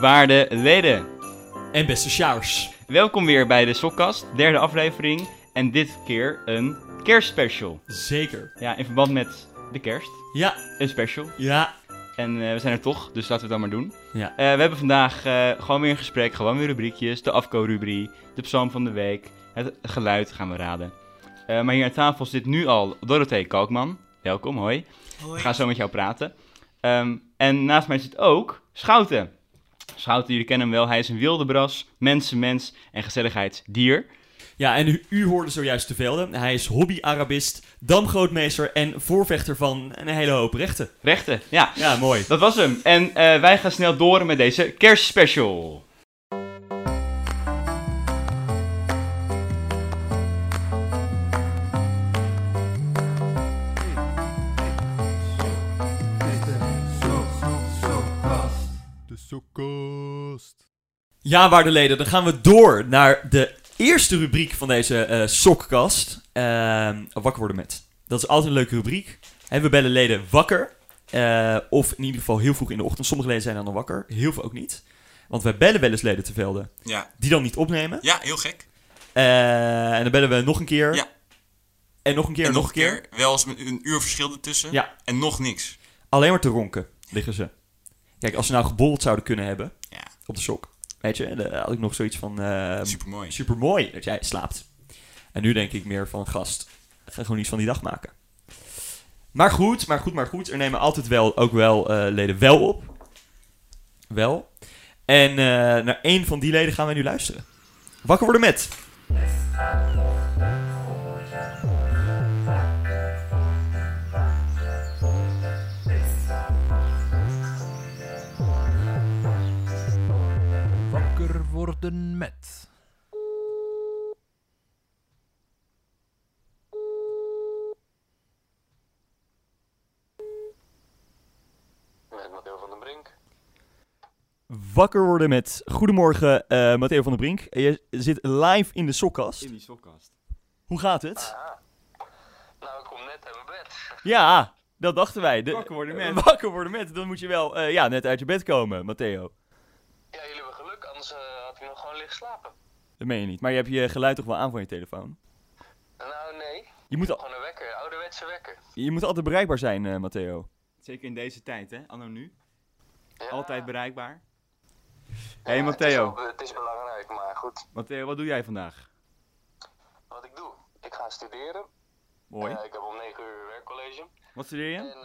Waarde leden, En beste sjouwers. welkom weer bij de Sokkast, derde aflevering. En dit keer een kerstspecial. Zeker. Ja, in verband met de kerst. Ja, Een special. ja. En eh, we zijn er toch, dus laten we het dan maar doen. Ja. Eh, we hebben vandaag eh, gewoon weer een gesprek, gewoon weer rubriekjes. De afko-rubrie, de psalm van de week, het geluid gaan we raden. Eh, maar hier aan tafel zit nu al Dorothee Kalkman. Welkom, hoi. We gaan zo met jou praten. Ehm, en naast mij zit ook Schouten. Schouten, jullie kennen hem wel. Hij is een wildebras, mensenmens en gezelligheidsdier. Ja, en u, u hoorde zojuist te velden. Hij is hobby-Arabist, damgrootmeester en voorvechter van een hele hoop rechten. Rechten, ja. Ja, mooi. Dat was hem. En eh, wij gaan snel door met deze kerstspecial. De sokkost. Ja, waarde leden, dan gaan we door naar de eerste rubriek van deze eh, sokkast. Ehm, wakker worden met. Dat is altijd een leuke rubriek. En we bellen leden wakker. eh, of in ieder geval heel vroeg in de ochtend. Sommige leden zijn dan al wakker, heel veel ook niet. Want wij bellen wel eens leden te velden Ja. die dan niet opnemen. ja, heel gek. Eh, en dan bellen we nog een keer. Ja. En nog een keer, en nog een keer. Wel eens met een uur verschil ertussen. Ja. En nog niks. Alleen maar te ronken liggen ze. Kijk, als ze nou geborreld zouden kunnen hebben Ja, op de sok, weet je, dan had ik nog zoiets van eh supermooi. supermooi dat jij slaapt. En nu denk ik meer van gast, ga gewoon iets van die dag maken. Maar goed, maar goed, maar goed. Er nemen altijd wel, ook wel eh, leden wel op. Wel. En eh, naar één van die leden gaan wij nu luisteren. Wakker worden met. Wakker worden met. Met Matteo van den Brink. Wakker worden met. Goedemorgen, eh, Matteo van der Brink. Je zit live in de sokkast. die sokkast. Hoe gaat het? Nou, ik kom net uit mijn bed. Ja, dat dachten wij. De- Wakker worden met. Wakker worden met. Dan moet je wel eh, ja, net uit je bed komen, Matteo. Ja, jullie hebben geluk, anders eh, had ik nog gewoon liggen slapen. Dat meen je niet. Maar je hebt je geluid toch wel aan van je telefoon? Nou, nee. Je moet, al- Gewoon een wekker, ouderwetse wekker. je moet altijd bereikbaar zijn, eh, Matteo. Zeker in deze tijd, hè? Anno nu. Ja, Altijd bereikbaar. ja, hey, Het is, Matteo. wel- het is belangrijk, maar goed. Matteo, wat doe jij vandaag? Wat ik doe, ik ga studeren. Mooi. Eh, ik heb om 9 uur werkcollege. Wat studeer je? En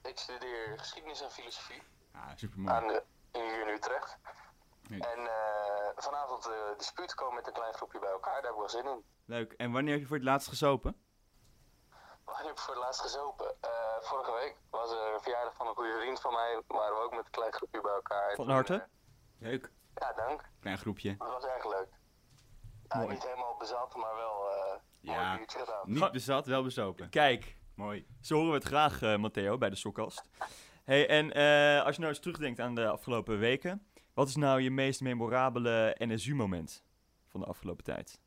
eh, ik studeer geschiedenis en filosofie Ah, aan supermooi. de, hier in Utrecht. Nee. En eh, vanavond eh dispuut komen met een klein groepje bij elkaar, daar heb ik wel zin in. Leuk. En wanneer heb je voor het laatst gesopen? Wanneer heb ik voor het laatst gezopen? Eh, vorige week was er een verjaardag van een goede vriend van mij. Waren we ook met een klein groepje bij elkaar. Van Toen, harte. eh, Leuk. Ja, dank. Klein groepje. Dat was erg leuk. Ja, Mooi. Niet helemaal bezat, maar wel eh Ja. mooi biertje gedaan. Niet bezat, wel bezopen. Kijk, Mooi. zo horen we het graag, eh, Matteo, bij de sokkast. Hey, en eh, als je nou eens terugdenkt aan de afgelopen weken, wat is nou je meest memorabele NSU-moment van de afgelopen tijd?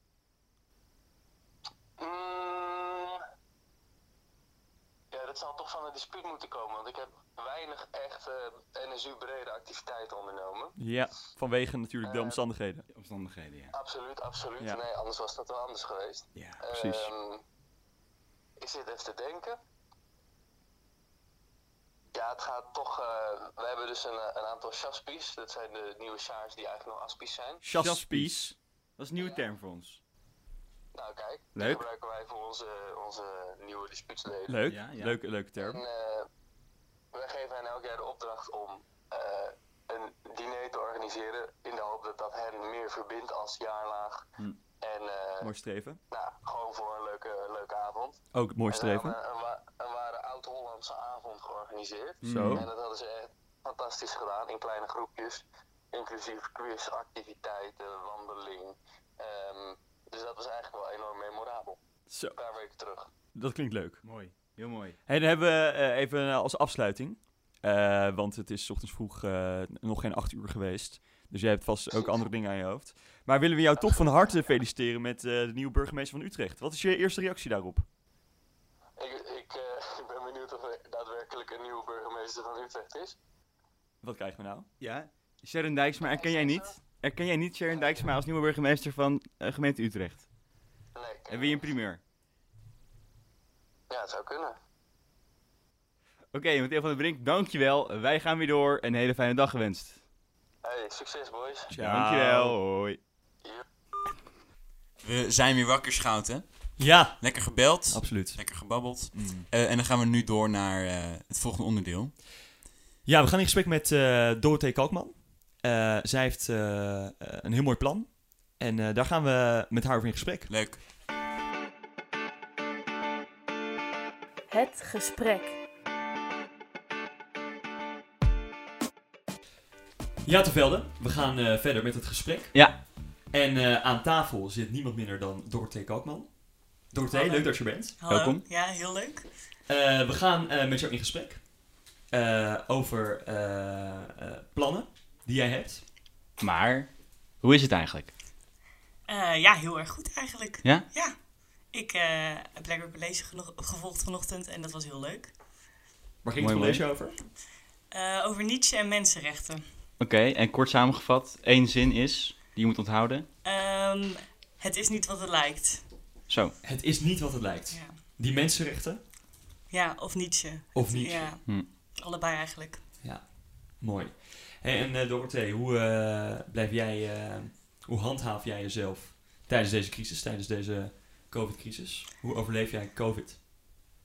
Mm. ja, dat zal toch van een dispuut moeten komen. Want ik heb weinig echt eh NSU-brede activiteiten ondernomen. Ja, vanwege natuurlijk de Eh, omstandigheden. Omstandigheden, ja. Absoluut, absoluut. Ja. Nee, anders was dat wel anders geweest. Ja, Precies. Ehm, ik zit even te denken. Ja, het gaat toch. eh, we hebben dus een, eh, een aantal chaspies. Dat zijn de nieuwe sjaars die eigenlijk nog aspies zijn. Chaspies. Dat is een nieuwe term voor ons. Nou, kijk. Die Leuk. gebruiken wij voor onze, onze nieuwe dispuutsleden. Leuk, Ja, ja. Leuke, leuke En term. eh, wij geven hen elk jaar de opdracht om eh, een diner te organiseren. In de hoop dat dat hen meer verbindt als jaarlaag. Hm. En eh, Mooi streven. nou, gewoon voor een leuke, leuke avond. Ook mooi En we streven. hebben een, wa- een ware oud-Hollandse avond georganiseerd. Mhm. Zo. En dat hadden ze echt fantastisch gedaan in kleine groepjes. Inclusief quiz, activiteiten, wandeling. Ehm, dus dat was eigenlijk wel enorm memorabel. Zo, Daar ben ik terug. dat klinkt leuk. Mooi. Heel mooi. Hey, dan hebben we eh, even eh, als afsluiting. eh, want het is 's ochtends vroeg eh, nog geen acht uur geweest. Dus jij hebt vast ook andere dingen aan je hoofd. Maar willen we jou toch van harte feliciteren met eh, de nieuwe burgemeester van Utrecht. Wat is je eerste reactie daarop? Ik, ik, eh, ik ben benieuwd of er daadwerkelijk een nieuwe burgemeester van Utrecht is. Wat krijgen we nou? Ja? Sharon Dijksma, herken jij niet? Herken jij niet Sharon Dijksma als nieuwe burgemeester van eh, gemeente Utrecht? Lekker. En wie een primeur? Ja, het zou kunnen. Oké, Matteo van der Brink, dankjewel. Wij gaan weer door. Een hele fijne dag gewenst. Hey, succes boys. Dankjewel, hoi. We zijn weer wakker, schouten. Ja, Lekker gebeld. absoluut. Mm. Lekker gebabbeld. Eh, en dan gaan we nu door naar eh, het volgende onderdeel. Ja, we gaan in gesprek met eh Dorothee Kalkman. Eh, zij heeft eh, eh, een heel mooi plan. En eh, daar gaan we met haar over in gesprek. Leuk. Het gesprek. Ja, te velden. We gaan eh, verder met het gesprek. Ja. En eh, aan tafel zit niemand minder dan Dorothee Kalkman. Dorothee, Hallo. leuk dat je er bent. Hallo. Welkom. Ja, heel leuk. Eh, we gaan eh, met jou in gesprek eh, over eh, eh, plannen die jij hebt. Maar, hoe is het eigenlijk? Eh, ja, heel erg goed eigenlijk. Ja? Ja. Ik eh, heb lekker college gelo- gevolgd vanochtend en dat was heel leuk. Waar ging het Mooi, college over? Eh, over Nietzsche en mensenrechten. Oké, en kort samengevat, één zin is, die je moet onthouden. Ehm, het is niet wat het lijkt. Zo, Het is niet wat het lijkt. Ja, Die mensenrechten, ja of Nietzsche. of niet? Ja, Hm. allebei eigenlijk. Mooi. Hey, en eh Dorothee, hoe, eh, blijf jij, eh, hoe handhaaf jij jezelf tijdens deze crisis, tijdens deze COVID-crisis? Hoe overleef jij COVID?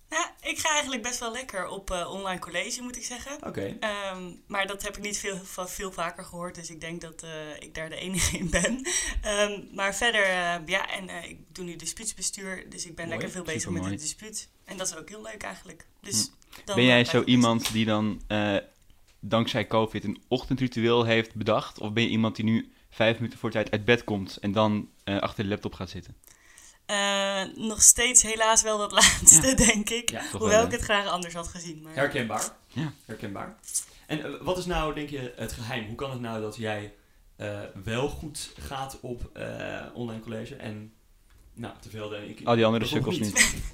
Nou, ik ga eigenlijk best wel lekker op eh, online college, moet ik zeggen. Oké. Ehm, maar dat heb ik niet veel, va- veel vaker gehoord, dus ik denk dat eh, ik daar de enige in ben. Ehm, maar verder, eh, ja, en eh, ik doe nu dispuutsbestuur, dus ik ben Mooi, lekker veel bezig met supermooi. Mm. het dispuut. En dat is ook heel leuk eigenlijk. Dus dan dus, ben jij blijft zo het iemand die dan eh, dankzij COVID een ochtendritueel heeft bedacht? Of ben je iemand die nu vijf minuten voor tijd uit best uit bed komt en dan eh, achter de laptop gaat zitten? Eh, nog steeds helaas wel dat laatste, denk ik. Ja, toch wel, Hoewel ik hè? het graag anders had gezien. Maar... Herkenbaar. Ja. Herkenbaar. En eh, wat is nou, denk je, het geheim? Hoe kan het nou dat jij eh, wel goed gaat op eh, online college en, nou, te veel denk ik. Al die andere bijvoorbeeld sukkels niet.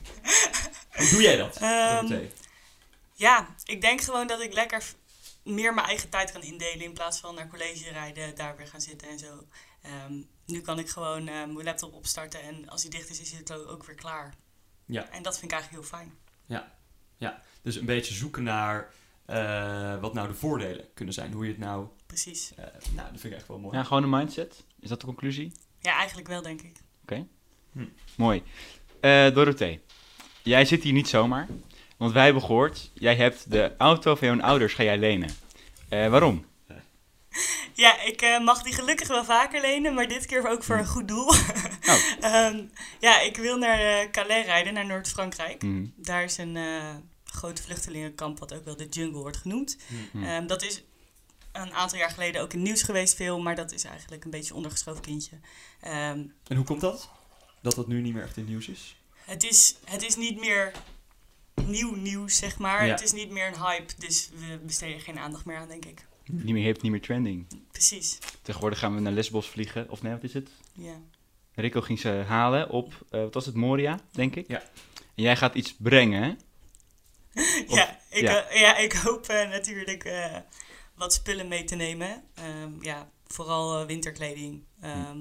Hoe doe jij dat, Ehm, Dorothee? Ja, ik denk gewoon dat ik lekker f- meer mijn eigen tijd kan indelen in plaats van naar college rijden, daar weer gaan zitten en zo. Ehm, nu kan ik gewoon eh, mijn laptop opstarten en als die dicht is, is het ook ook weer klaar. Ja. En dat vind ik eigenlijk heel fijn. Dus een beetje zoeken naar eh, wat nou de voordelen kunnen zijn. Hoe je het nou... Precies. eh, nou, dat vind ik echt wel mooi. Ja, gewoon een mindset. Is dat de conclusie? Ja, eigenlijk wel, denk ik. Mooi. Eh Dorothee, jij zit hier niet zomaar. Want wij hebben gehoord, jij hebt de auto van jouw ouders ga jij lenen. Eh, waarom? Ja, ik eh, mag die gelukkig wel vaker lenen, maar dit keer ook voor een goed doel. Oh. Ehm, ja, ik wil naar eh, Calais rijden, naar Noord-Frankrijk. Mhm. Daar is een eh groot vluchtelingenkamp, wat ook wel de jungle wordt genoemd. Mhm. Ehm, dat is een aantal jaar geleden ook in het nieuws geweest veel, maar dat is eigenlijk een beetje een ondergeschoven kindje. Ehm, En hoe komt dat? Dat dat nu niet meer echt in het nieuws is? het, is, het is niet meer nieuw nieuws, zeg maar. Ja. Het is niet meer een hype, dus we besteden geen aandacht meer aan, denk ik. Niet meer hip, niet meer trending. Precies, Tegenwoordig gaan we naar Lesbos vliegen. Of nee, wat is het? ja. Rico ging ze halen op, eh, wat was het, Moria, denk ik? Ja. En jij gaat iets brengen, hè? Of- ja, ik, ja. ho- ja, ik hoop eh, natuurlijk eh, wat spullen mee te nemen. Ehm, ja, vooral eh, winterkleding. Hm. Ehm,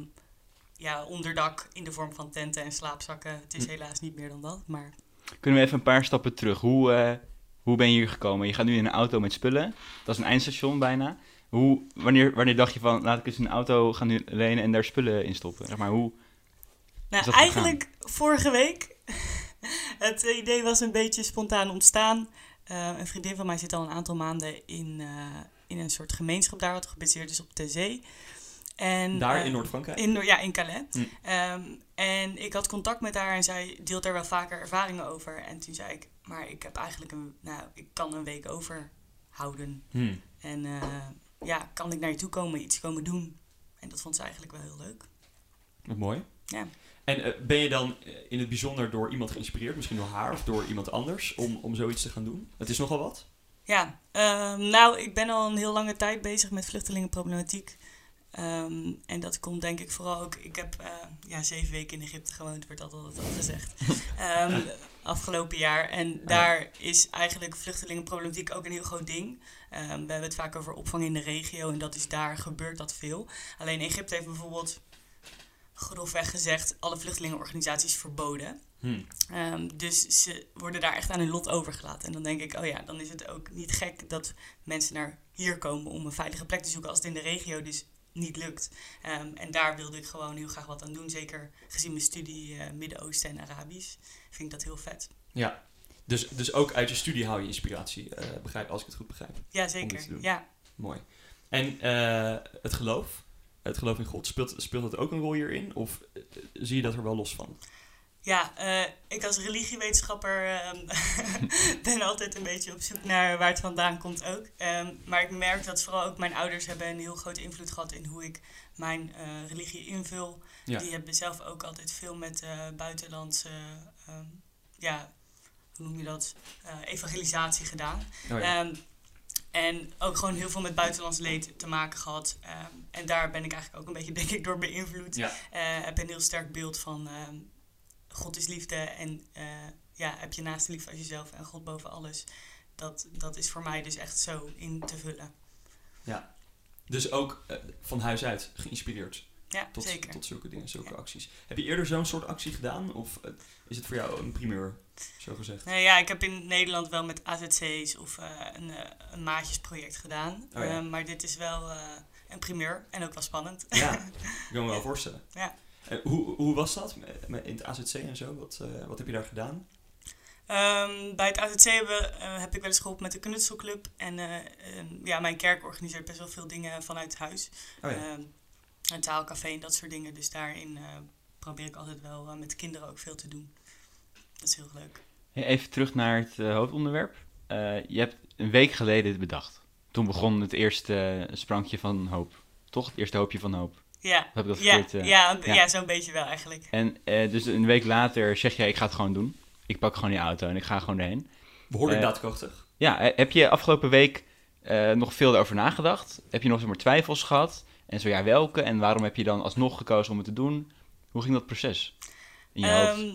Ja, onderdak in de vorm van tenten en slaapzakken. Het is Hm. helaas niet meer dan dat, maar... Kunnen we even een paar stappen terug? Hoe, eh, hoe ben je hier gekomen? Je gaat nu in een auto met spullen. Dat is een eindstation bijna. Hoe, wanneer, wanneer dacht je van, laat ik eens een auto gaan nu lenen en daar spullen in stoppen? Zeg maar, hoe... Is Nou, dat eigenlijk vorige week. het eh, idee was een beetje spontaan ontstaan. Eh, een vriendin van mij zit al een aantal maanden in, eh, in een soort gemeenschap daar, wat gebaseerd is op de zee. En, Daar eh, in Noord-Frankrijk? In, Noor- ja, in Calais. Hm. Ehm, en ik had contact met haar en zij deelt daar wel vaker ervaringen over. En toen zei ik, maar ik heb eigenlijk een, nou, ik kan een week overhouden. Hmm. En eh, ja, kan ik naar je toe komen, iets komen doen? En dat vond ze eigenlijk wel heel leuk. Wat mooi. Ja. En eh, ben je dan eh, in het bijzonder door iemand geïnspireerd, misschien door haar of door iemand anders, om, om zoiets te gaan doen? Het is nogal wat. Ja, ehm, nou, ik ben al een heel lange tijd bezig met vluchtelingenproblematiek. Ehm, Ehm, en dat komt denk ik vooral ook... Ik heb eh, ja, zeven weken in Egypte gewoond, wordt altijd al gezegd. Ehm, afgelopen jaar. En daar is eigenlijk vluchtelingenproblematiek ook een heel groot ding. Ehm, we hebben het vaak over opvang in de regio en dat is daar gebeurt dat veel. Alleen Egypte heeft bijvoorbeeld grofweg gezegd alle vluchtelingenorganisaties verboden. Hm. Ehm, dus ze worden daar echt aan hun lot overgelaten. En dan denk ik, oh ja, dan is het ook niet gek dat mensen naar hier komen om een veilige plek te zoeken als het in de regio dus niet lukt. Ehm, en daar wilde ik gewoon heel graag wat aan doen. Zeker gezien mijn studie eh, Midden-Oosten en Arabisch. Vind ik dat heel vet. Ja. Dus, dus ook uit je studie haal je inspiratie, eh, begrijp, als ik het goed begrijp. Ja, Om iets te zeker. doen. Ja. Mooi. En eh, het geloof, het geloof in God, speelt, speelt dat ook een rol hierin? Of eh, zie je dat er wel los van? Oh Ja, eh, ik als religiewetenschapper ehm, ben altijd een beetje op zoek naar waar het vandaan komt ook. Ehm, maar ik merk dat vooral ook mijn ouders hebben een heel grote invloed gehad in hoe ik mijn eh, religie invul. Ja. Die hebben zelf ook altijd veel met eh, buitenlandse, ehm, ja, hoe noem je dat, Eh, evangelisatie gedaan. Oh ja. Ehm, en ook gewoon heel veel met buitenlands leed te maken gehad. Ehm, en daar ben ik eigenlijk ook een beetje, denk ik, door beïnvloed. Ja. Eh, heb een heel sterk beeld van ehm, God is liefde en eh, ja, heb je naast lief als jezelf en God boven alles. Dat, dat is voor mij dus echt zo in te vullen. Dus ook eh, van huis uit geïnspireerd Ja, tot, zeker. tot zulke dingen, zulke Ja. acties. Heb je eerder zo'n soort actie gedaan? Of eh, is het voor jou een primeur, zo gezegd? Nee, ja, ik heb in Nederland wel met AZC's of eh, een, eh, een maatjesproject gedaan. Oh ja. Eh, maar dit is wel eh, een primeur en ook wel spannend. Ja, ik kan me wel voorstellen. Ja. Eh, hoe, hoe was dat met- met- in het AZC en zo? Wat, eh, wat heb je daar gedaan? Ehm, bij het AZC hebben, eh, heb ik wel eens geholpen met de knutselclub. En eh, ehm, ja, mijn kerk organiseert best wel veel dingen vanuit huis. Oh ja. Ehm, een taalcafé en dat soort dingen. Dus daarin eh, probeer ik altijd wel eh, met kinderen ook veel te doen. Dat is heel leuk. Hey, Even terug naar het eh, hoofdonderwerp. Eh, je hebt een week geleden het bedacht. Toen begon het eerste eh, sprankje van hoop. Toch? Het eerste hoopje van hoop. Ja, Heb ik dat ja, verkeerd? eh? ja, ja. ja. zo'n beetje wel eigenlijk. En eh, dus een week later zeg jij, ik ga het gewoon doen. Ik pak gewoon die auto en ik ga gewoon erheen. Behoorlijk Eh, daadkrachtig. Ja, he- heb je afgelopen week eh, nog veel daarover nagedacht? Heb je nog zeg maar twijfels gehad? En zo ja, welke? En waarom heb je dan alsnog gekozen om het te doen? Hoe ging dat proces in je hoofd? Ehm,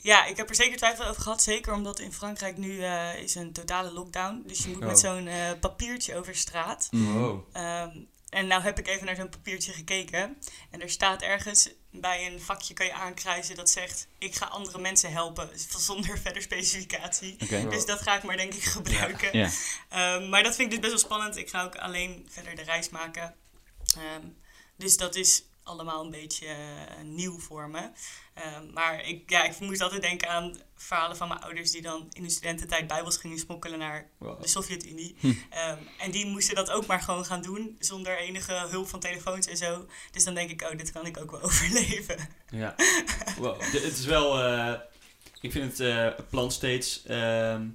ja, ik heb er zeker twijfel over gehad. Zeker omdat in Frankrijk nu eh, is een totale lockdown. Dus je moet met Oh. zo'n eh, papiertje over straat. Mhm. Wow. Ehm, en nou heb ik even naar zo'n papiertje gekeken. En er staat ergens bij een vakje kan je aankruisen dat zegt... ik ga andere mensen helpen, z- zonder verder specificatie. Oké. Dus dat ga ik maar denk ik gebruiken. Oh. Ja. Ehm, maar dat vind ik dus best wel spannend. Ik ga ook alleen verder de reis maken. Ehm, dus dat is allemaal een beetje eh, nieuw voor me. Ehm, maar ik, ja, ik moest altijd denken aan verhalen van mijn ouders... die dan in hun studententijd bijbels gingen smokkelen naar Wow. de Sovjet-Unie. Hm. Ehm, en die moesten dat ook maar gewoon gaan doen, zonder enige hulp van telefoons en zo. Dus dan denk ik, oh, dit kan ik ook wel overleven. Ja. Wow. De- het is wel... eh, ik vind het eh, plan steeds ehm,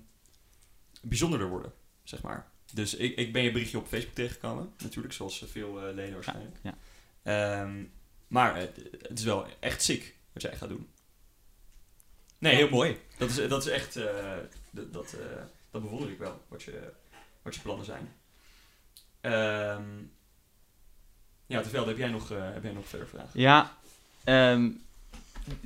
bijzonderder worden, zeg maar. Dus ik, ik ben je berichtje op Facebook tegengekomen. Natuurlijk, zoals eh, veel eh, leden waarschijnlijk. ja. Ehm, maar eh, het is wel echt ziek wat jij gaat doen. Nee, heel mooi. Dat is, dat is echt... eh, dat, dat, eh, dat bewonder ik wel, wat je, wat je plannen zijn. Ehm ja, terwijl heb jij nog, eh, heb jij nog verder vragen? Ja, ehm,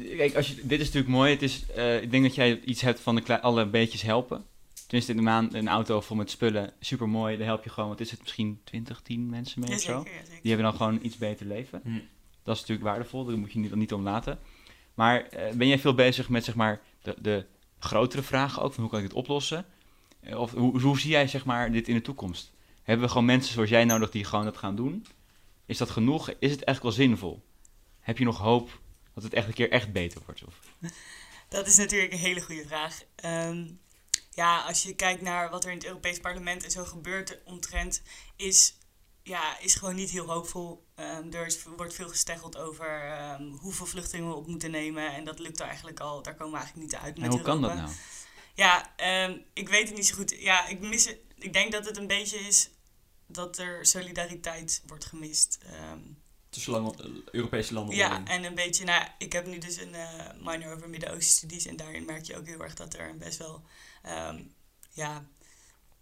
kijk, als je, dit is natuurlijk mooi. Het is, eh, ik denk dat jij iets hebt van de klei- alle beetjes helpen. Tenminste, in de maan een auto vol met spullen, super mooi. Daar help je gewoon, wat is het, misschien 20, 10 mensen mee of zo? Jazeker, jazeker. Die hebben dan gewoon een iets beter leven. Hm. Dat is natuurlijk waardevol, daar moet je niet, niet om laten. Maar eh, ben jij veel bezig met zeg maar, de, de grotere vragen ook, van hoe kan ik dit oplossen? Eh, of hoe, hoe zie jij zeg maar, dit in de toekomst? Hebben we gewoon mensen zoals jij nodig die gewoon dat gaan doen? Is dat genoeg? Is het echt wel zinvol? Heb je nog hoop dat het echt een keer echt beter wordt? Of? Dat is natuurlijk een hele goede vraag. Ehm, ja, als je kijkt naar wat er in het Europees Parlement en zo gebeurt omtrent, is, ja, is gewoon niet heel hoopvol. Ehm, er is- wordt veel gesteggeld over ehm, hoeveel vluchtelingen we op moeten nemen. En dat lukt er eigenlijk al, daar komen we eigenlijk niet uit. En met hoe kan dat Europa. nou? Ja, ehm, ik weet het niet zo goed. Ja, ik mis het. Ik denk dat het een beetje is dat er solidariteit wordt gemist. Ehm, tussen land- eh, Europese landen ja, onderling. en een beetje, nou, ik heb nu dus een eh, minor over Midden-Oosten studies en daarin merk je ook heel erg dat er best wel, ehm, ja,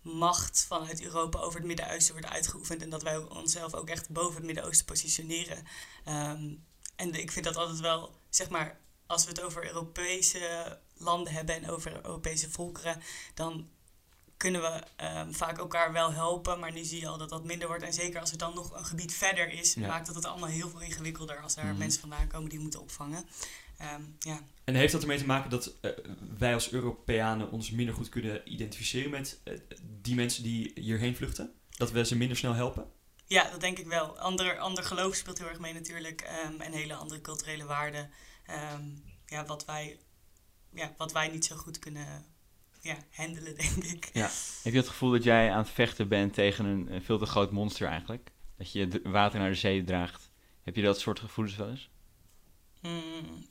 macht vanuit Europa over het Midden-Oosten wordt uitgeoefend. En dat wij onszelf ook echt boven het Midden-Oosten positioneren. Ehm, en ik vind dat altijd wel, zeg maar, als we het over Europese landen hebben en over Europese volkeren, dan kunnen we ehm, vaak elkaar wel helpen. Maar nu zie je al dat dat minder wordt. En zeker als er dan nog een gebied verder is, Ja. maakt dat het allemaal heel veel ingewikkelder als daar Mhm. mensen vandaan komen die we moeten opvangen. Ehm, ja. En heeft dat ermee te maken dat eh, wij als Europeanen ons minder goed kunnen identificeren met eh, die mensen die hierheen vluchten? Dat we ze minder snel helpen? Ja, dat denk ik wel. Ander, ander geloof speelt heel erg mee natuurlijk. ehm, en hele andere culturele waarden. Ehm, ja, wat wij, ja, wat wij niet zo goed kunnen ja, handelen, denk ik. Heb je het gevoel dat jij aan het vechten bent tegen een, eh, veel te groot monster eigenlijk? Dat je d- water naar de zee draagt. Heb je dat soort gevoelens wel eens? Hmm.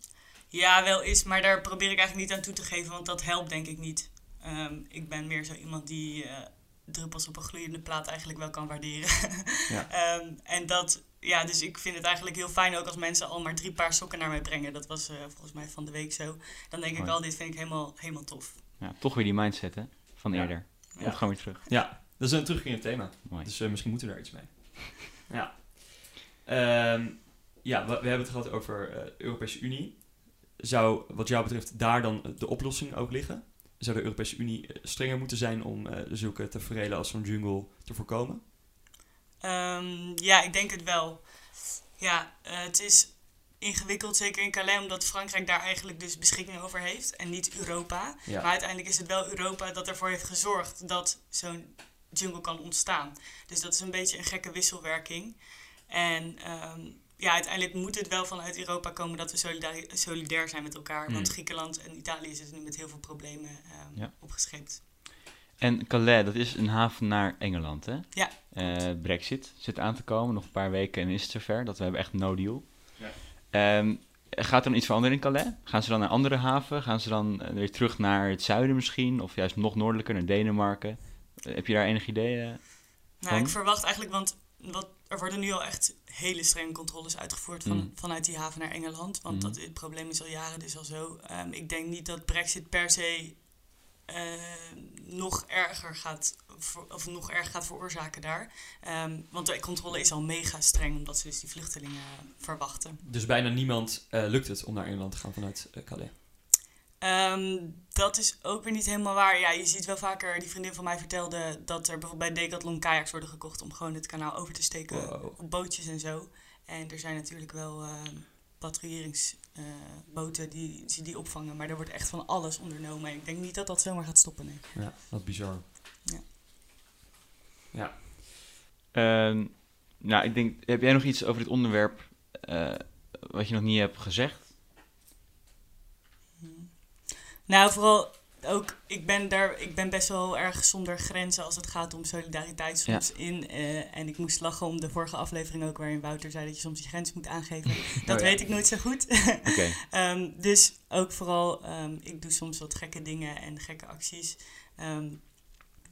Ja, wel is, maar daar probeer ik eigenlijk niet aan toe te geven, want dat helpt denk ik niet. Ehm, ik ben meer zo iemand die eh, druppels op een gloeiende plaat eigenlijk wel kan waarderen. Ja. Ehm, en dat, ja, dus ik vind het eigenlijk heel fijn ook als mensen al maar drie paar sokken naar mij brengen. Dat was eh, volgens mij van de week zo. Dan denk ik Mooi. al, dit vind ik helemaal, helemaal tof. Ja, toch weer die mindset hè? van Ja. eerder. Ja. Komt gewoon weer terug. Ja, dat is een terugkerend thema. Mooi. Dus eh, misschien moeten we daar iets mee. Ja. Ehm, ja, we, we hebben het gehad over eh, de Europese Unie. Zou wat jou betreft daar dan de oplossing ook liggen? Zou de Europese Unie eh, strenger moeten zijn om eh, zulke tafereelen als zo'n jungle te voorkomen? Ehm, ja, ik denk het wel. Ja, eh, het is ingewikkeld, zeker in Calais, omdat Frankrijk daar eigenlijk dus beschikking over heeft en niet Europa. Ja. Maar uiteindelijk is het wel Europa dat ervoor heeft gezorgd dat zo'n jungle kan ontstaan. Dus dat is een beetje een gekke wisselwerking. En ehm, ja, uiteindelijk moet het wel vanuit Europa komen dat we solidari- solidair zijn met elkaar. Mm. Want Griekenland en Italië zitten nu met heel veel problemen ehm, Ja. opgescheept. En Calais, dat is een haven naar Engeland, hè? Ja, Eh, Brexit zit aan te komen, nog een paar weken en is het zover. Dat we hebben echt no deal. Ja. Ehm, gaat er dan iets veranderen in Calais? Gaan ze dan naar andere haven? Gaan ze dan eh, weer terug naar het zuiden misschien? Of juist nog noordelijker, naar Denemarken? Eh, heb je daar enig idee? eh? Nou, Van? ik verwacht eigenlijk, want wat, er worden nu al echt hele strenge controles uitgevoerd van, Mm. vanuit die haven naar Engeland. Want Mm. dat, het probleem is al jaren dus al zo. Ehm, ik denk niet dat Brexit per se eh, nog erger gaat, ver- of nog erg gaat veroorzaken daar. Ehm, want de controle is al mega streng, omdat ze dus die vluchtelingen eh, verwachten. Dus bijna niemand eh, lukt het om naar Engeland te gaan vanuit eh, Calais. Ehm, dat is ook weer niet helemaal waar. Ja, je ziet wel vaker, die vriendin van mij vertelde dat er bijvoorbeeld bij Decathlon kajaks worden gekocht om gewoon het kanaal over te steken Wow. op bootjes en zo. En er zijn natuurlijk wel ehm patrouilleringsboten die, die die opvangen, maar er wordt echt van alles ondernomen. En ik denk niet dat dat zomaar gaat stoppen, nee. Ja, wat bizar. Ehm, nou, ik denk, heb jij nog iets over dit onderwerp eh, wat je nog niet hebt gezegd? Nou, vooral ook, ik ben, daar, ik ben best wel erg zonder grenzen als het gaat om solidariteit soms in. eh, en ik moest lachen om de vorige aflevering ook, waarin Wouter zei dat je soms je grens moet aangeven. Dat Oh ja. weet ik nooit zo goed. Oké. Ehm, dus ook vooral, ehm, ik doe soms wat gekke dingen en gekke acties. Ehm,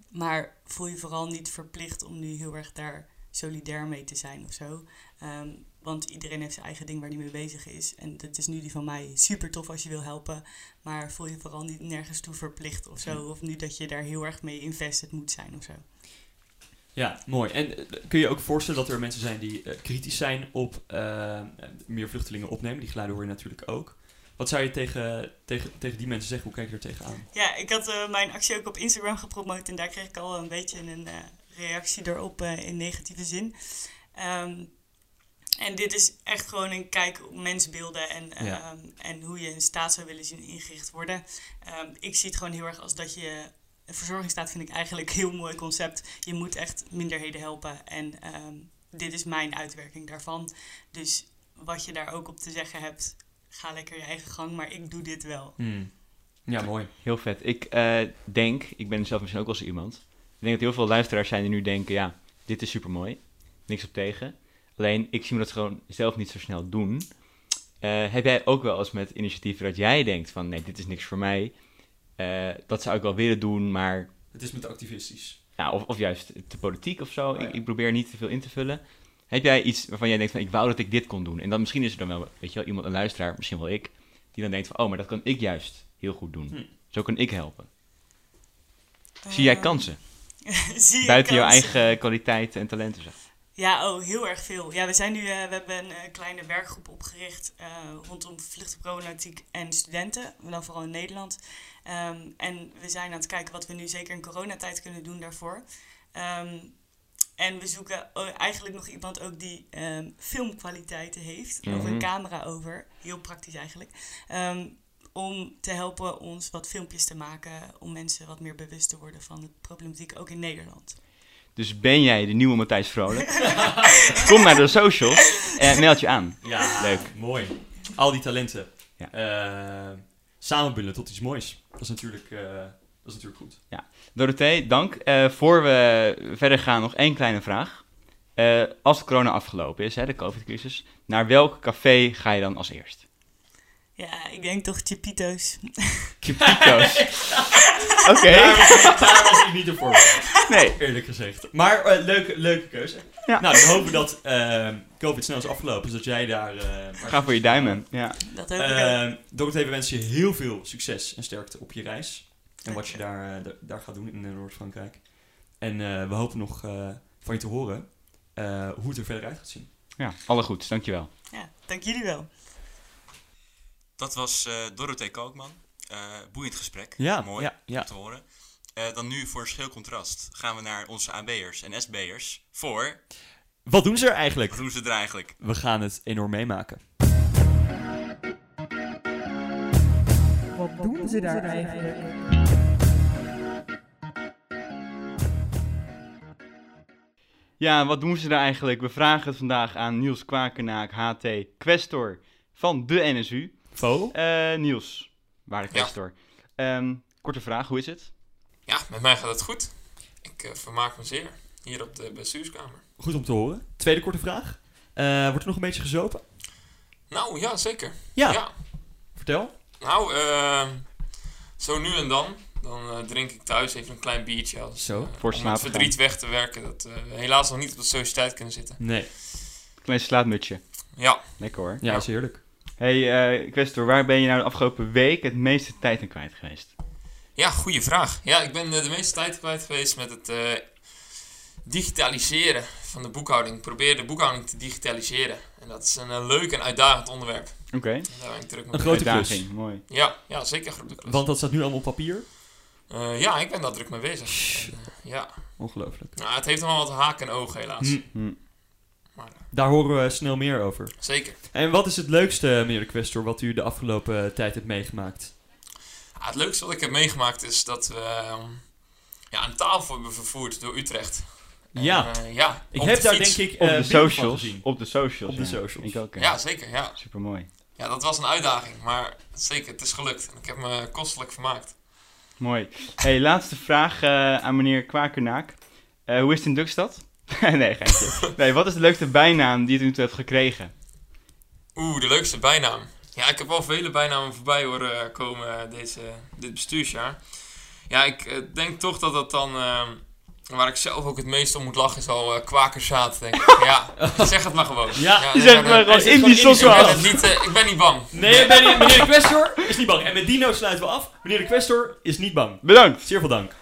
maar voel je vooral niet verplicht om nu heel erg daar solidair mee te zijn of zo. Ehm, want iedereen heeft zijn eigen ding waar hij mee bezig is. En dat is nu die van mij super tof als je wil helpen. Maar voel je vooral niet nergens toe verplicht of zo. Of nu dat je daar heel erg mee invested moet zijn of zo. Ja, mooi. En eh, kun je ook voorstellen dat er mensen zijn die eh, kritisch zijn op eh, meer vluchtelingen opnemen? Die geluiden hoor je natuurlijk ook. Wat zou je tegen, tegen, tegen die mensen zeggen? Hoe kijk je er tegenaan? Ja, ik had eh, mijn actie ook op Instagram gepromoot en daar kreeg ik al een beetje een eh, reactie erop eh, in negatieve zin. Ehm, en dit is echt gewoon een kijk op mensbeelden en, Ja. ehm, en hoe je een staat zou willen zien ingericht worden. Ehm, ik zie het gewoon heel erg als dat je. Een verzorgingsstaat vind ik eigenlijk een heel mooi concept. Je moet echt minderheden helpen. En ehm, dit is mijn uitwerking daarvan. Dus wat je daar ook op te zeggen hebt, ga lekker je eigen gang. Maar ik doe dit wel. Hmm. Ja, mooi. Heel vet. Ik eh, denk, ik ben zelf misschien ook wel zo iemand. Ik denk dat heel veel luisteraars zijn die nu denken, ja, dit is super mooi. Niks op tegen. Alleen, ik zie me dat gewoon zelf niet zo snel doen. Eh, heb jij ook wel eens met initiatieven dat jij denkt van, nee, dit is niks voor mij. Eh, dat zou ik wel willen doen, maar... Het is met activistisch. Ja, Nou, of, of juist te politiek of zo. Oh, ja. ik, ik probeer niet te veel in te vullen. Heb jij iets waarvan jij denkt van, ik wou dat ik dit kon doen. En dan misschien is er dan wel, weet je wel, iemand, een luisteraar, misschien wel ik. Die dan denkt van, oh, maar dat kan ik juist heel goed doen. Hm. Zo kan ik helpen. Zie jij Ehm, kansen? Zie je Buiten jouw kansen. eigen kwaliteiten en talenten, zeg. Ja, oh, heel erg veel. Ja, we, zijn nu, eh, we hebben een eh, kleine werkgroep opgericht eh, rondom vluchtenproblematiek en studenten, maar dan vooral in Nederland. Ehm, en we zijn aan het kijken wat we nu zeker in coronatijd kunnen doen daarvoor. Ehm, en we zoeken o- eigenlijk nog iemand ook die ehm, filmkwaliteiten heeft, over een Mhm. camera over, heel praktisch eigenlijk. Ehm, om te helpen ons wat filmpjes te maken, om mensen wat meer bewust te worden van de problematiek, ook in Nederland. Dus ben jij de nieuwe Matthijs Vrolijk? Kom naar de socials en meld je aan. Ja, Leuk. Mooi. Al die talenten. Ja. Eh, samenbundelen tot iets moois. Dat is natuurlijk, eh, dat is natuurlijk goed. Dorothee, dank. Eh, voor we verder gaan, nog één kleine vraag. Eh, als de corona afgelopen is, hè, de COVID-crisis, naar welk café ga je dan als eerst? Ja, ik denk toch Chipito's. Cupido's. Oké. Daar, daar was ik niet ervoor, bereid, Nee. eerlijk gezegd. Maar eh, leuke, leuke keuze. Ja. Nou, dan hopen we dat eh, COVID snel is afgelopen, zodat jij daar... eh, Ga voor je duimen. Ja. Dat hoop ik ook. Eh, Dorothee, we wensen je heel veel succes en sterkte op je reis. En wat je daar, eh, da- daar gaat doen in eh, Noord-Frankrijk. En eh, we hopen nog eh, van je te horen eh, hoe het er verder uit gaat zien. ja, alle goeds. Dankjewel. Ja, dank jullie wel. Dat was eh Dorothee Kalkman. Eh, boeiend gesprek. Mooi Ja, ja. om te horen. Eh, dan nu voor schil contrast gaan we naar onze AB'ers en SB'ers voor... Wat doen ze er eigenlijk? Wat doen ze er eigenlijk? We gaan het enorm meemaken. doen ze daar eigenlijk? Ja, wat doen ze daar eigenlijk? We vragen het vandaag aan Niels Kwakenaak, HT, questor van de NSU. Fo? Eh, Niels, waarde Ja. questor. Ehm, korte vraag, hoe is het? Ja, met mij gaat het goed. Ik eh, vermaak me zeer hier op de bestuurskamer. Goed om te horen. Tweede korte vraag. Eh, wordt er nog een beetje gezopen? Nou ja, zeker. Ja. Vertel. Nou, ehm, zo nu en dan. Dan eh, drink ik thuis even een klein biertje. Als, Zo, eh, voor om slapen het gaan. verdriet weg te werken. Dat eh, we helaas nog niet op de sociëteit kunnen zitten. Nee. Klein slaapmutje. Ja, Lekker hoor. Ja, is heerlijk. Hey, eh Questor, waar ben je nou de afgelopen week het meeste tijd aan kwijt geweest? ja goede vraag. Ja, ik ben eh, de meeste tijd kwijt geweest met het eh, digitaliseren van de boekhouding. Ik probeer de boekhouding te digitaliseren. En dat is een eh, leuk en uitdagend onderwerp. Oké. En Daar ben ik druk mee Een bezig. grote klus. Uitdaging, mooi. Ja, ja, zeker een grote klus. Want dat staat nu allemaal op papier. Eh, ja, ik ben daar druk mee bezig. En, eh, ja. Ongelooflijk. Nou, het heeft nog wel wat haken en ogen, helaas. Hm. Hm. Maar, eh, Daar horen we snel meer over. zeker. En wat is het leukste, meneer de Questor, wat u de afgelopen eh, tijd hebt meegemaakt? Ah, het leukste wat ik heb meegemaakt is dat we ehm, ja, een tafel hebben vervoerd door Utrecht. En, Ja. eh, ja Ik op heb de daar fiets. denk ik Op eh, de beelden van socials. gezien. Op de socials. Op de ja. socials. Ik ook. Ja, zeker. Ja. Super mooi. ja, dat was een uitdaging. Maar zeker, het is gelukt. En ik heb me kostelijk vermaakt. Mooi. Hey, laatste vraag eh, aan meneer Kwakernaak. Eh, hoe is het in Dukstad? nee, geintje. Nee, wat is de leukste bijnaam die je tot nu toe hebt gekregen? Oeh, de leukste bijnaam. Ja, ik heb al vele bijnamen voorbij horen eh, komen deze, dit bestuursjaar. Ja, ik eh, denk toch dat dat dan... ehm, waar ik zelf ook het meest om moet lachen is al eh, kwakerzaad, denk ik. Ja, zeg het maar gewoon. Ja, nee, Je maar zegt dat- maar gewoon zit in gewoon die in die Ik ben, socials. het niet, eh, ik ben niet bang. Nee, meneer, meneer de Questor is niet bang. En met Dino sluiten we af. Meneer de Questor is niet bang. Bedankt. Zeer veel dank.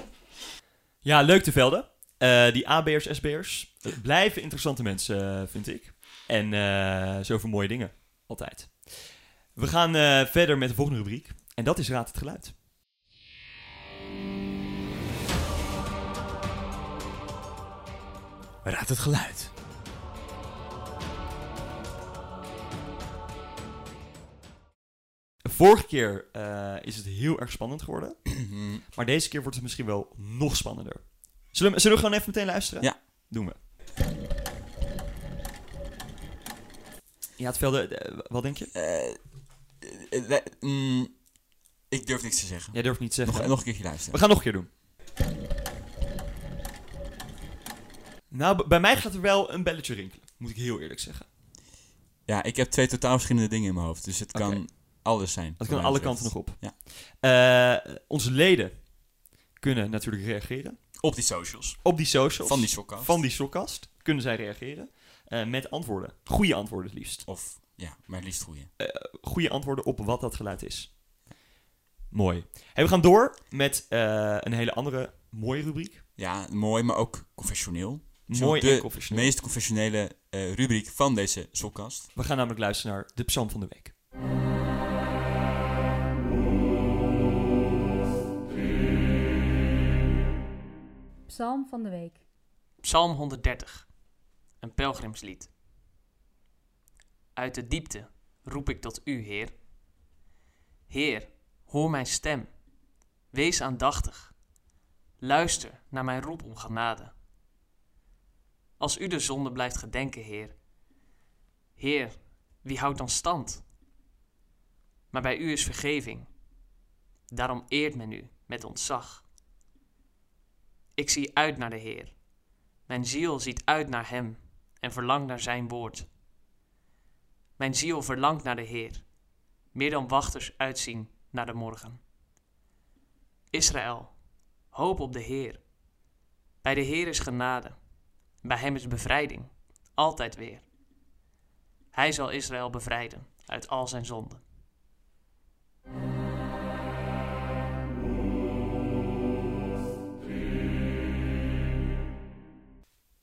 Ja, leuk te velden. Eh, die AB'ers, SB'ers eh, blijven interessante mensen, eh, vind ik. En eh zoveel mooie dingen. Altijd. We gaan eh, verder met de volgende rubriek. En dat is Raad het Geluid. Raad het Geluid. Vorige keer eh, is het heel erg spannend geworden. Eh, Maar deze keer wordt het misschien wel nog spannender. Zullen we, zullen we gewoon even meteen luisteren? Ja. Doen we. Ja, het velde, eh, wat denk je? Eh, eh, eh, mm, ik durf niks te zeggen. Jij durft niet te zeggen. Nog, nog een keertje We luisteren. gaan nog een keer doen. Nou, b- bij mij gaat er wel een belletje rinkelen. Moet ik heel eerlijk zeggen. Ja, ik heb twee totaal verschillende dingen in mijn hoofd. Dus het kan Oké. alles zijn. Dat wat kan mij alle betreft. kanten nog op. Ja. onze leden kunnen natuurlijk reageren. Op die socials. Op die socials. Van die sokkast. Van die sokkast kunnen zij reageren. eh, met antwoorden. Goede antwoorden het liefst. Of, ja, maar het liefst goeie. goede antwoorden op wat dat geluid is. Mooi. Hey, we gaan door met eh, een hele andere mooie rubriek. ja, mooi, maar ook confessioneel. Misschien Mooi wel de en confessioneel. meest confessionele eh, rubriek van deze sokkast. We gaan namelijk luisteren naar de psalm van de week. Psalm van de week. Psalm 130, een pelgrimslied. Uit de diepte roep ik tot U, Heer. Heer, hoor mijn stem. Wees aandachtig. Luister naar mijn roep om genade. Als U de zonde blijft gedenken, Heer. Heer, wie houdt dan stand? Maar bij U is vergeving. Daarom eert men U met ontzag. Ik zie uit naar de Heer. Mijn ziel ziet uit naar Hem en verlangt naar Zijn woord. Mijn ziel verlangt naar de Heer, meer dan wachters uitzien naar de morgen. Israël, hoop op de Heer. Bij de Heer is genade, bij Hem is bevrijding, altijd weer. Hij zal Israël bevrijden uit al zijn zonden.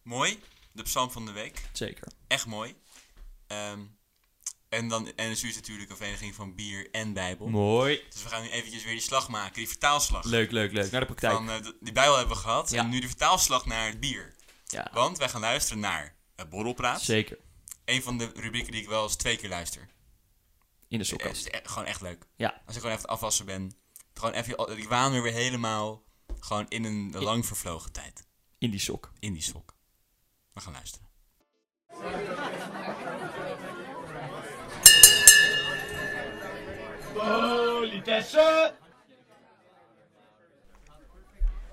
Mooi, de psalm van de week. Zeker. Echt mooi. Ehm, en dan en NSU is natuurlijk een vereniging van bier en bijbel. Mooi. Dus we gaan nu eventjes weer die slag maken, die vertaalslag. Leuk, leuk, leuk. Naar de praktijk. Van, eh, de- die bijbel hebben we gehad Ja. en nu de vertaalslag naar het bier. ja, Want wij gaan luisteren naar eh, Borrelpraat. zeker. Een van de rubrieken die ik wel eens twee keer luister. In de Eh, Het sokkast. is e- gewoon echt leuk. Ja. Als ik gewoon even aan het afwassen ben. Gewoon even, al- ik waan me weer helemaal gewoon in een lang vervlogen tijd. In die sok. In die sok. We gaan luisteren.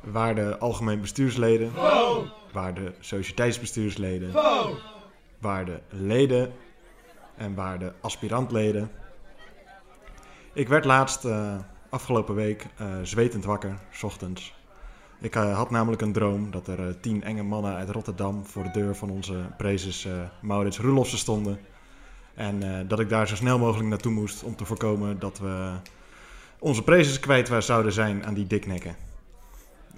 Waarde algemeen bestuursleden. Waarde sociëteitsbestuursleden. Waarde leden. En waarde aspirantleden. Ik werd laatst eh, afgelopen week eh, zwetend wakker, s ochtends. Ik eh, had namelijk een droom dat er eh, tien enge mannen uit Rotterdam voor de deur van onze prezes eh, Maurits Roelofsen stonden. En eh, dat ik daar zo snel mogelijk naartoe moest om te voorkomen dat we onze prezes kwijt zouden zijn aan die diknekken.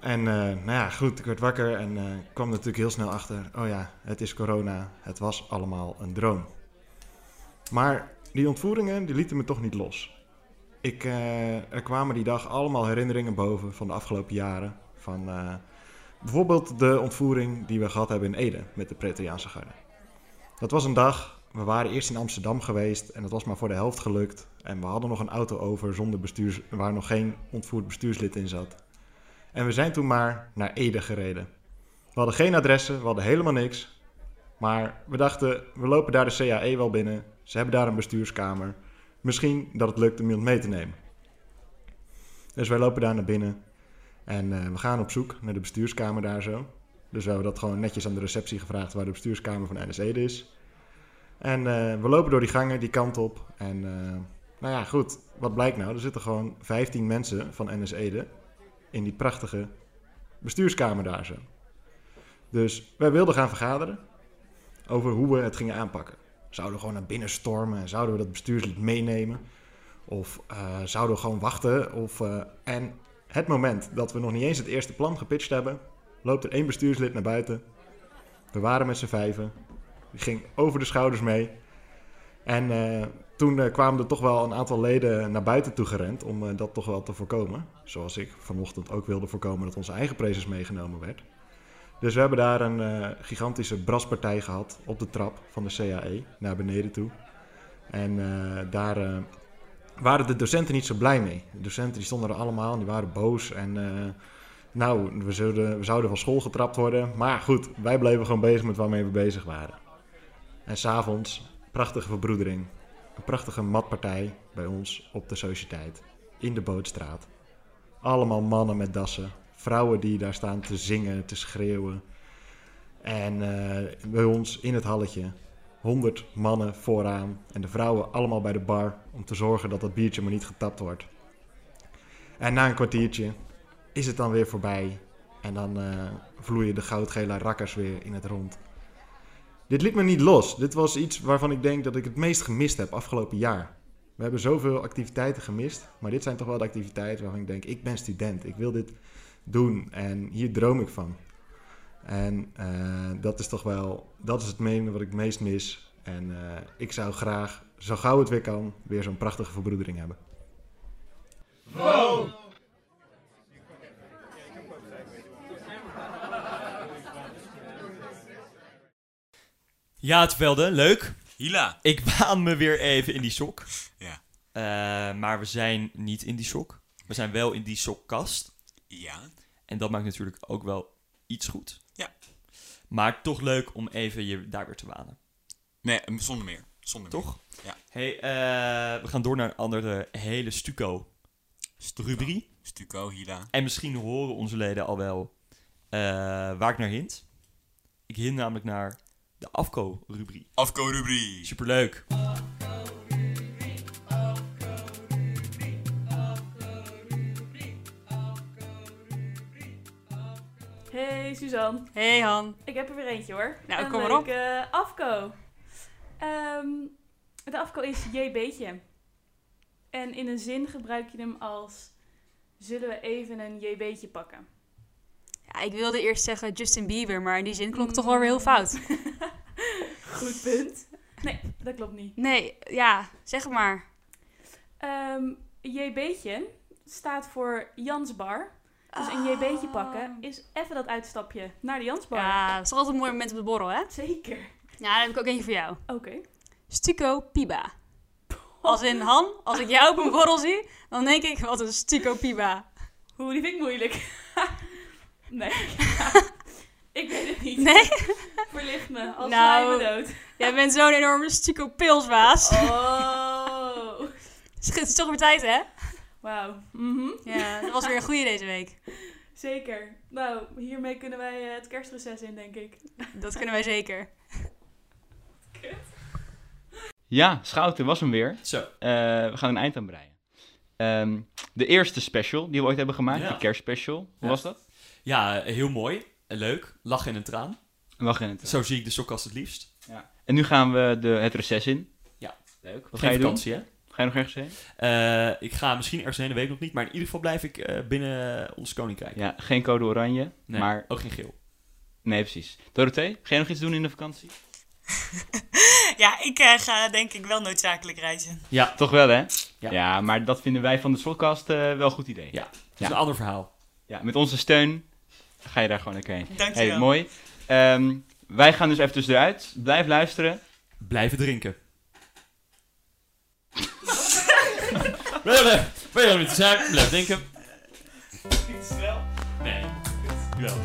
En eh, nou ja, goed, ik werd wakker en eh, kwam natuurlijk heel snel achter. Oh ja, het is corona. Het was allemaal een droom. Maar die ontvoeringen, die lieten me toch niet los. Ik, eh, er kwamen die dag allemaal herinneringen boven van de afgelopen jaren. Van eh, bijvoorbeeld de ontvoering die we gehad hebben in Ede met de Pretoriaanse garde. Dat was een dag, we waren eerst in Amsterdam geweest en dat was maar voor de helft gelukt. En we hadden nog een auto over zonder bestuurs, waar nog geen ontvoerd bestuurslid in zat. En we zijn toen maar naar Ede gereden. We hadden geen adressen, we hadden helemaal niks. Maar we dachten, we lopen daar de CAE wel binnen. Ze hebben daar een bestuurskamer. Misschien dat het lukt om iemand mee te nemen. Dus wij lopen daar naar binnen. En eh, we gaan op zoek naar de bestuurskamer daar zo. Dus we hebben dat gewoon netjes aan de receptie gevraagd waar de bestuurskamer van NS Ede is. En eh, we lopen door die gangen die kant op. En eh, nou ja, goed. Wat blijkt nou? Er zitten gewoon 15 mensen van NS Ede in die prachtige bestuurskamer daar zo. Dus wij wilden gaan vergaderen over hoe we het gingen aanpakken. Zouden we gewoon naar binnen stormen en zouden we dat bestuurslid meenemen? Of eh, zouden we gewoon wachten? Of, eh, en het moment dat we nog niet eens het eerste plan gepitcht hebben, loopt er één bestuurslid naar buiten. We waren met z'n vijven. Die ging over de schouders mee. En eh, toen eh, kwamen er toch wel een aantal leden naar buiten toe gerend om eh, dat toch wel te voorkomen. Zoals ik vanochtend ook wilde voorkomen dat onze eigen prezes meegenomen werd. Dus we hebben daar een eh, gigantische braspartij gehad op de trap van de CAE naar beneden toe. En eh, daar eh, waren de docenten niet zo blij mee. De docenten die stonden er allemaal en die waren boos. En eh, nou, we zouden, we zouden van school getrapt worden. Maar goed, wij bleven gewoon bezig met waarmee we bezig waren. En s'avonds prachtige verbroedering. Een prachtige matpartij bij ons op de sociëteit. In de Bootstraat. Allemaal mannen met dassen. Vrouwen die daar staan te zingen, te schreeuwen. En eh, bij ons in het halletje. 100 mannen vooraan. En de vrouwen allemaal bij de bar. Om te zorgen dat dat biertje maar niet getapt wordt. En na een kwartiertje is het dan weer voorbij. En dan eh, vloeien de goudgele rakkers weer in het rond. Dit liet me niet los. Dit was iets waarvan ik denk dat ik het meest gemist heb afgelopen jaar. We hebben zoveel activiteiten gemist, maar dit zijn toch wel de activiteiten waarvan ik denk: ik ben student, ik wil dit doen en hier droom ik van. En eh, dat is toch wel, dat is het menen wat ik het meest mis. En eh, ik zou graag, zo gauw het weer kan, weer zo'n prachtige verbroedering hebben. Ja, het velde, leuk. Hila. Ik waan me weer even in die sok. Ja. Eh, maar we zijn niet in die sok. We zijn wel in die sokkast. Ja. En dat maakt natuurlijk ook wel iets goed. Ja. Maar toch leuk om even je daar weer te wanen. Nee, eh, zonder meer. Zonder Toch? meer. Ja. Hey, eh, we gaan door naar een andere hele stuco rubrie. Stuco, Hila. En misschien horen onze leden al wel eh, waar ik naar hint. Ik hint namelijk naar de afko-rubrie. Afko-rubrie. Superleuk. Hey Suzanne. Hey Han. Ik heb er weer eentje hoor. Nou, Een kom maar op. leuke afko. Ehm, de afko is jb'tje. En in een zin gebruik je hem als... Zullen we even een jb'tje pakken? Ja, ik wilde eerst zeggen Justin Bieber, maar die zin klonk toch eh, wel weer heel fout. Goed punt. Nee, dat klopt niet. Nee, ja, zeg maar. Ehm JB'tje staat voor Jansbar. Dus een JB'tje pakken is even dat uitstapje naar de Jansbar. Ja, dat is toch altijd een mooi moment op de borrel, hè? Zeker. Ja, dan heb ik ook eentje voor jou. Oké. Stuco Piba. Als in Han, als ik jou op een borrel zie, dan denk ik, wat een Stuco Piba. Hoe die vind ik moeilijk. nee. ik weet het niet. Nee? Verlicht me. Nou. Als nou. me dood. Jij bent zo'n enorme Stuco Pilsbaas. Oh. Het is toch weer tijd, hè? Wauw. Mhm. Ja, dat was weer een goede deze week. Zeker. Nou, hiermee kunnen wij eh, het kerstreces in, denk ik. Dat kunnen wij zeker. Ja, Schouten was hem weer. Eh, Zo. we gaan een eind aan breien. Ehm, de eerste special die we ooit hebben gemaakt, Ja. de kerstspecial. Hoe Ja. was dat? Ja, heel mooi. Leuk. Lachen in een traan. Lachen in een Zo zie ik de sokkast het liefst. Ja. En nu gaan we de, het reces in. Ja. Leuk. Wat Geen ga je vakantie, doen? hè? Ga je nog ergens heen? Eh, ik ga misschien ergens heen, dat weet ik nog niet. Maar in ieder geval blijf ik eh, binnen ons koninkrijk. Ja, geen code oranje, Nee, maar... ook geen geel. Nee, precies. Dorothee, ga je nog iets doen in de vakantie? Ja, ik eh, ga denk ik wel noodzakelijk reizen. Ja. Toch wel, hè? Ja, maar dat vinden wij van de Slotcast eh, wel een goed idee. Ja, is een ander verhaal. Ja, met onze steun ga je daar gewoon lekker heen. Dankjewel. Hey, mooi. Ehm, wij gaan dus even tussenuit. Blijf luisteren. Blijven drinken. Weet je wat het zijn? Blijf denken. Niet snel. Nee. Wel.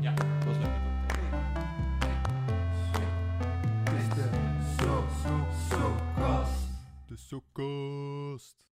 Ja, dat was leuk. Dit is de Sokkast. De Sokkast.